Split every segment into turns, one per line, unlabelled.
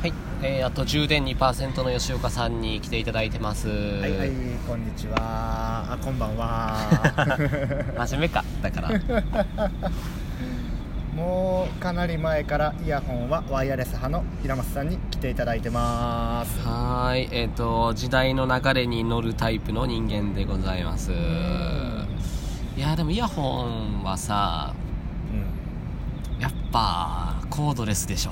はい、えー、あと充電2%の吉岡さんに来ていただいてます。
はいはい、こんにちは。あ、こんば んは。
真面目か、だから。
もうかなり前からイヤホンはワイヤレス派の平松さんに来ていただいてます。
はーい、えっ、と、時代の流れに乗るタイプの人間でございます。いやー、でもイヤホンはさ、
う
やっぱコードレスでしょ。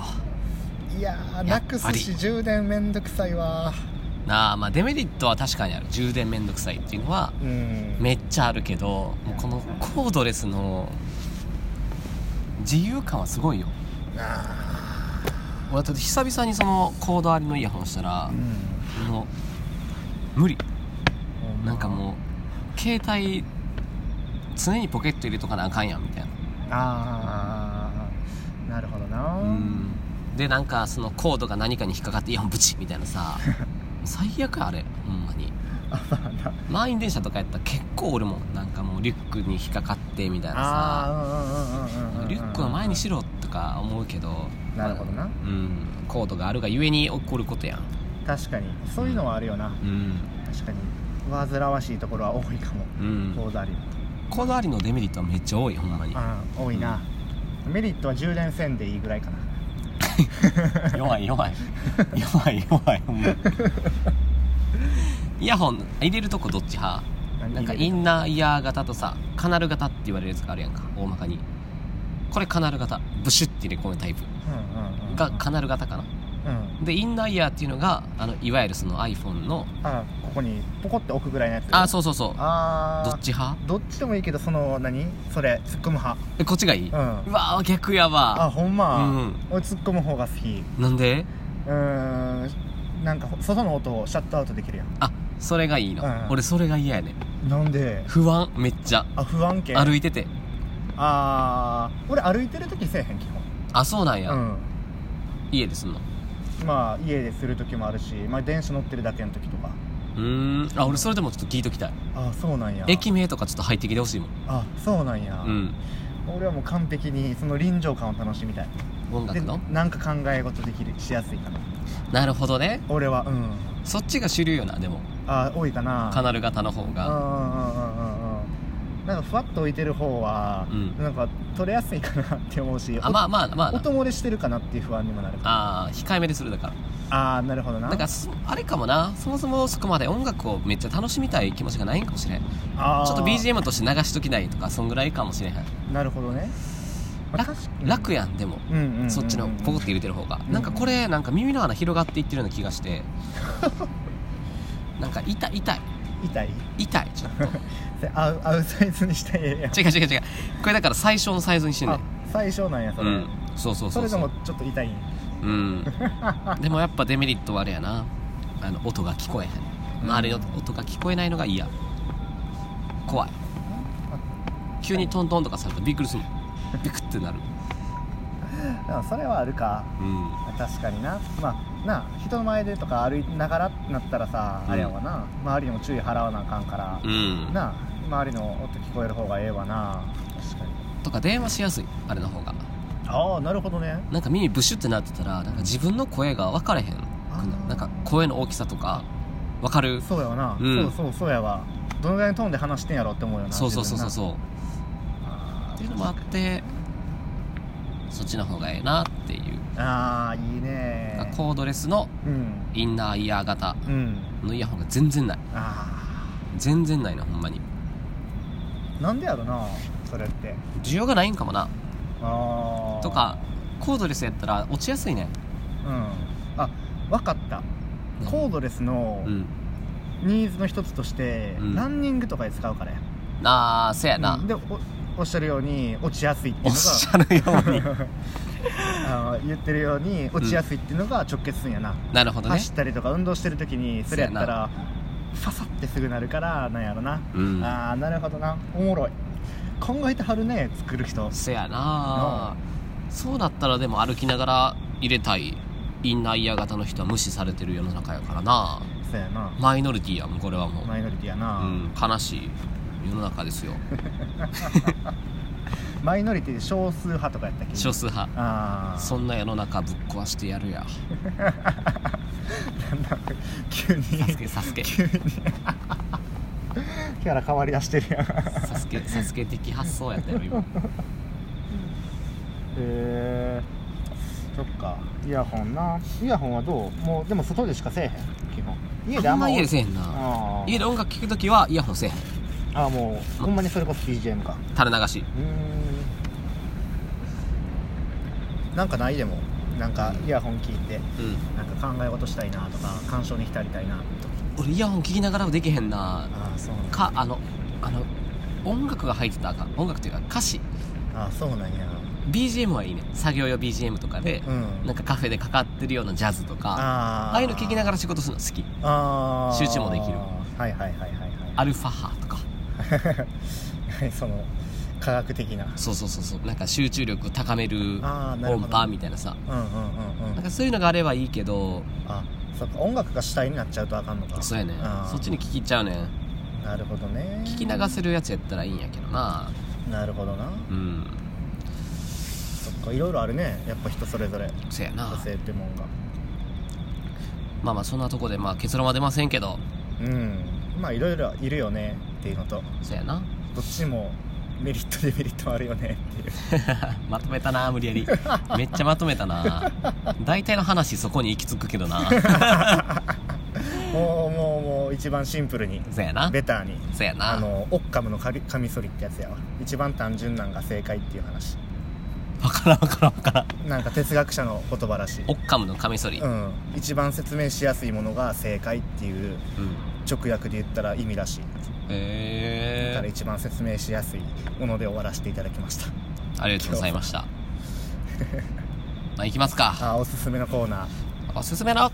ん、いやー、
や
な
っぱ
く
り
すし充電めんどくさいわ。
なあ、まあデメリットは確かにある。充電めんどくさいっていうのは、
うん。
めっちゃあるけど、もうこのコードレスの自由感はすごいよ。
あ
俺だって久々にそのコードありのイヤホンしたら
ー、う
もう無理
ん。
なんかも
う。
う携帯常にポケット入れとかなあかんやんみたいな
あー、なるほどな。
うんでなんかそのコードが何かに引っかかってイヤホンブチッみたいなさ 最悪やあれほんまに
あ、 まあな。
満員電車とかやったら結構おるもんなんかもうリュックに引っかかってみたいなさ
あー、うんうんうんうんうんうん。
リュックは前にしろとか思うけど
なるほどな
うんコードがあるがゆえに起こることやん
確かに、そういうのはあるよな。
うん
確かに。煩わしいところは多いかも。
うん
コーダリ
コードありのデメリットはめっちゃ多いほんまに
ああ多いな、メリットは充電せんでいいぐらいかな
弱い弱い弱い弱いほんまイヤホン入れるとこどっち派なんかインナーイヤー型とさカナル型って言われるやつがあるやんか大まかにこれカナル型ブシュって入れ込むタイプ
うんうんうん
がカナル型かな
うん
でインナーイヤーっていうのがあのいわゆるその iPhone の
あここにポコって置くぐらいのやつ
あそうそうそう
あ
ど
ー
っち派
どっちでもいいけどその何それ突っ込む派
えこっちがいい、う
うん
わー逆や
あ
わ
ほんま、
うん
俺突っ込む方が好き
なんで
うーんなんか外の音をシャットアウトできるやん
あそれがいいの、
うん
俺それが嫌やねん
なんで
不安めっちゃ
あ不安系
歩
い
いてて
あー俺歩いてる時せえへん基
あそうなんや、
本うん
家ですんの
まあ家でする時もあるし、まあ、電車乗ってるだけの時とか
うーんあ俺それでもちょっと聞いときたい
あそうなんや
駅名とかちょっと入ってきてほしいもん
あそうなんや、
うん
俺はもう完璧にその臨場感を楽しみたい
音楽
で
の
なんか考え事できるしやすいかな
なるほどね
俺はうん
そっちが主流よなでも
あ多いかな
カナル型の方
うん
が
うんうんうんうんなんかふわっと置いてる方は、
うん
なんか取れやすいかなって思うし
あまあまあまあ
お
な
音漏れしてるかなっていう不安にもなるから
あー控えめでするだから
ああーなるほどな
だからそあれかもなそもそもそこまで音楽をめっちゃ楽しみたい気持ちがないんかもしれんち
あー
ょっと BGM として流しときないとかそんぐらいかもしれへん
なるほどね、まあ確かに
楽やんでも
うんうんうんうん
そっちのポコって入れてる方が
うん
なんかこれなんか耳の穴広がっていってるような気がして なんか痛い痛い
痛い
痛いちょっと
それ合う合うサイズにしたらええやん
違う違う違うこれだから最小のサイズにしてんね
あ
ん
最小なんやそれ、
うんそうそう
そ
そう
れ
そ
で
う
もちょっと痛いん
うん でもやっぱデメリットはあれやなあの音が聞こえへん周りの音が聞こえないのが嫌怖い急にトントンとかされたらびっくりするビクってなる
でもそれはあるか
うん
確かになまあなあ人前でとか歩いながらってなったらさ、
うん
あれやわな周りにも注意払わなあかんから、
うん
なあ周りの音聞こえる方がええわな確かに
とか電話しやすいあれの方が
ああなるほどね
なんか耳ブシュってなってたらなんか自分の声が分かれへんくな
ー
なんか声の大きさとか分かる
そうやわな、
うん
そうそうそうやわどのぐらいのトーンで話してんやろって思うよな
そうそうそうそう
う
そうっていうのもあってそっちの方がええなっていう
ああいいね
コードレスの
うん
インナーイヤー型
うん
のイヤホンが全然ない
あ
全然ないなほんまに
あなんでやろなそれって
需要がないんかもな
ああ
とかコードレスやったら落ちやすいね
うんあわかったコードレスの
うん
ニーズの一つとして、
うん
ランニングとかで使うからや
ああせやな、
うんでおおっしゃるように落ちやすいってい
お
う
っしゃるように
のがあの言ってるように落ちやすいっていうのが直結するんやな、
なるほどね
走ったりとか運動してる時にそれやったらファサってすぐなるからなんやろな、
うん
ああなるほどなおもろい考えてはるね作る人
せやなそうだったらでも歩きながら入れたいインナーイヤー型の人は無視されてる世の中やからな
そうやな
マイノリティやもんこれはもう、
マイノリティやな、
うん、悲しい世の中ですよ
マイノリティで少数派とかやったっけ
少数派
ああ
そんな世の中ぶっ壊してやるや
なんだ 急に
サスケサスケ
急にキャラ変わりだしてるやんへ
サスケサスケ的発想やったよ今
えそっかイヤホンなイヤホンはどうもうでも外でしかせえへん基本家で
あ
あ
ん
ん
ま
ま
家でせえへんな
あー
家で音楽聴くときはイヤホンせえへん
あーもうほんまにそれこそ BGM か
垂れ流し
うーんなんかないでもなんかイヤホン聞いて
うん
なんか考え事したいなとか鑑賞に浸りたいなとか
俺イヤホン聴きながらもできへんな
ああそうなん
かあのあの音楽が入ってたらあかん音楽っていうか歌詞
ああそうなんや
BGM はいいね作業用 BGM とかで、
うん
なんかカフェでかかってるようなジャズとかあ
あ
あいうの聞きな
が
がら仕事するの好き
らああ
集中もできる
はいはいはいはい
アルファ波とか
はい その科学的な
そうそうそうそうなんか集中力高める
あーなるほ
音
ど
波みたいなさ
うんうんうんう
なん
ん
かそういうのがあればいいけど
あそっか音楽が主体になっちゃうとあかんのか
そうやね
あー
そっちに聞きちゃうねん
なるほどね
聞き流せるやつやったらいいんやけどな
なるほどな
うん
そっかいろいろあるねやっぱ人それぞれ
そやな
個性ってもんが
まあまあそんなとこでまあ結論は出ませんけど
うんまあいろいろいるよねっていうのと
そやな
どっちもメリットデメリットあるよねっていう
まとめたな無理やり めっちゃまとめたな大体の話そこに行き着くけど な
もうもうもう一番シンプルに
そやな
ベターに
そやな
あのオッカムのカリカミソリってやつやわ一番単純なんが正解っていう話
わからんわからんわからん
なんか哲学者の言葉らしい
オッカムのカミソリ、
うん一番説明しやすいものが正解っていう
うん
直訳で言ったら意味らしいだから
え
一番説明しやすいもので終わらせていただきました
ー、ありがとうございました まあ行きますか
あーおすすめのコーナー
おすすめの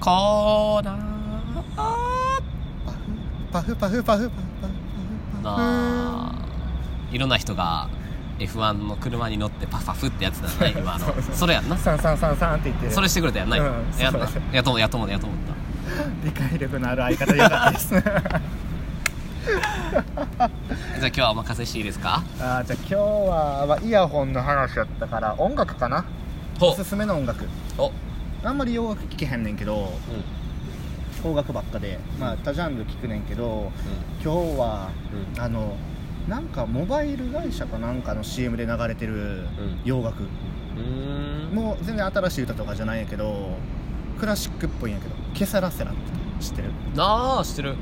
コーナー
パフパフパフパフパフパフ
なあいろんな人が F1 の車に乗ってパフパフってやつだな今あのそれやんな
サンサンサンサンって言ってる
それしてくれたやんな、
うん
やんな
そう
やっともやっともやっともった
理解力のある相方よかったです あ
じゃあ今日はお任せしていいですか
ーじゃあ今日は、まあイヤホンの話やったから音楽かなお
ほ
すすめの音楽
おうん
あんまり洋楽聴けへんねんけど邦楽ばっかでまあ多ジャンル聴くねんけど今日は
う
あのなんかモバイル会社かなんかの CM で流れてる
うん
洋楽、
んうん
もう全然新しい歌とかじゃないんやけどクラシックっぽいんやけど「ケセラセラ」って知ってる
なあ知ってる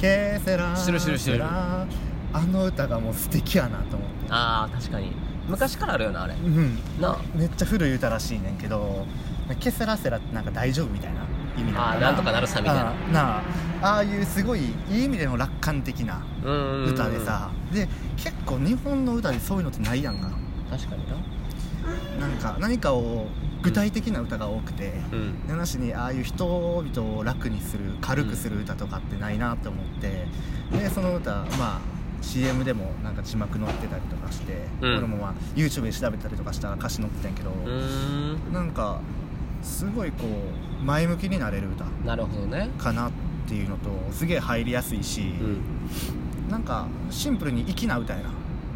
ケセラ
知ってる知ってる知ってる
セラあの歌がもう素敵やなと思って
ああ確かに昔からあるよなあれ
うん
なあ
めっちゃ古い歌らしいねんけど「ケセラセラ」ってなんか大丈夫みたいな意味なの
あーなんとかなるさみたいな
あーなあああいうすごいいい意味での楽観的な
うん
歌でさで結構日本の歌でそういうのってないやんか
確かにな
なんか何かを具体的な歌が多くて、
うん
なしにああいう人々を楽にする軽くする歌とかってないなと思って、でその歌まあ CM でもなんか字幕載ってたりとかして、
うん
俺もまあ YouTube で調べたりとかしたら歌詞載ってたんやけど、
うーん
なんかすごいこう前向きになれる歌
なるほどね
かなっていうのとすげえ入りやすいし、
うん
なんかシンプルに粋な歌やな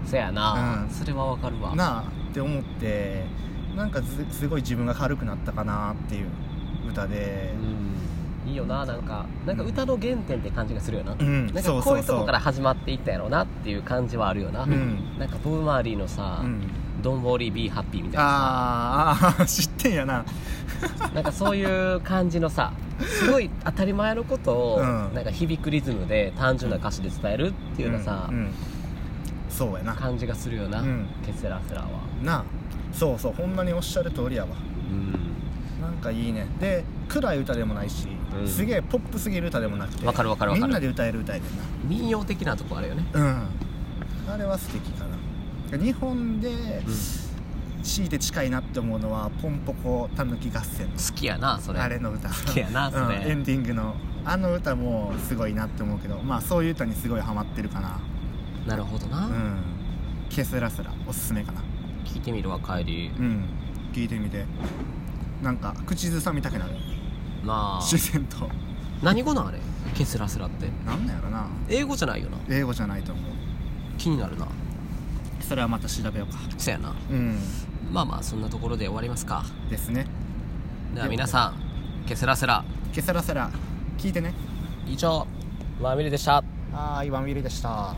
せやな、
うん
それはわかるわ
なあって思ってなんかずすごい自分が軽くなったかなっていう歌で
うんいいよななんかなんか歌の原点って感じがするよな、
うん
なん
そ
か
う
こ
そうう
いうと
そ
こ
う
から始まっていったやろうなっていう感じはあるよな、
うん
なんかボブ・マーリーのさ「
うん、
Don't worry be happy」みたいな
あーあー知ってんやな
さなんかそういう感じのさすごい当たり前のことを、
うん
なんか響くリズムで単純な歌詞で伝えるっていうようなさ、
んんそうやな
感じがするよな、
うん
ケセラセラは
なあそうそうほんまにおっしゃる通りやわ
うん
なんかいいねで暗い歌でもないし、
うん
すげえポップすぎる歌でもなくて
わかるわかるわかる
みんなで歌える歌やねんな
民謡的なとこあるよね
うんあれは素敵かな日本で強いて近いなって思うのは「ポンポコたぬき合戦
好きやなそ」れ
あれの歌
好きやなそれ
うんエンディングのあの歌もすごいなって思うけどまあそういう歌にすごいハマってるかな
なるほどな、
うんケスラスラおすすめかな
聞いてみるわ帰り
うん聞いてみてなんか口ずさみたくなる
なあ
自然と
何語なんあれケセラセラって
なんなんやろな
英語じゃないよな
英語じゃないと思う
気になるな
それはまた調べようか
そやな
うん
まあまあそんなところで終わりますか
ですね
では皆さんケセラセラ
ケサラサラ聞いてね
以上ワンミルでした
はーいワンウィルでした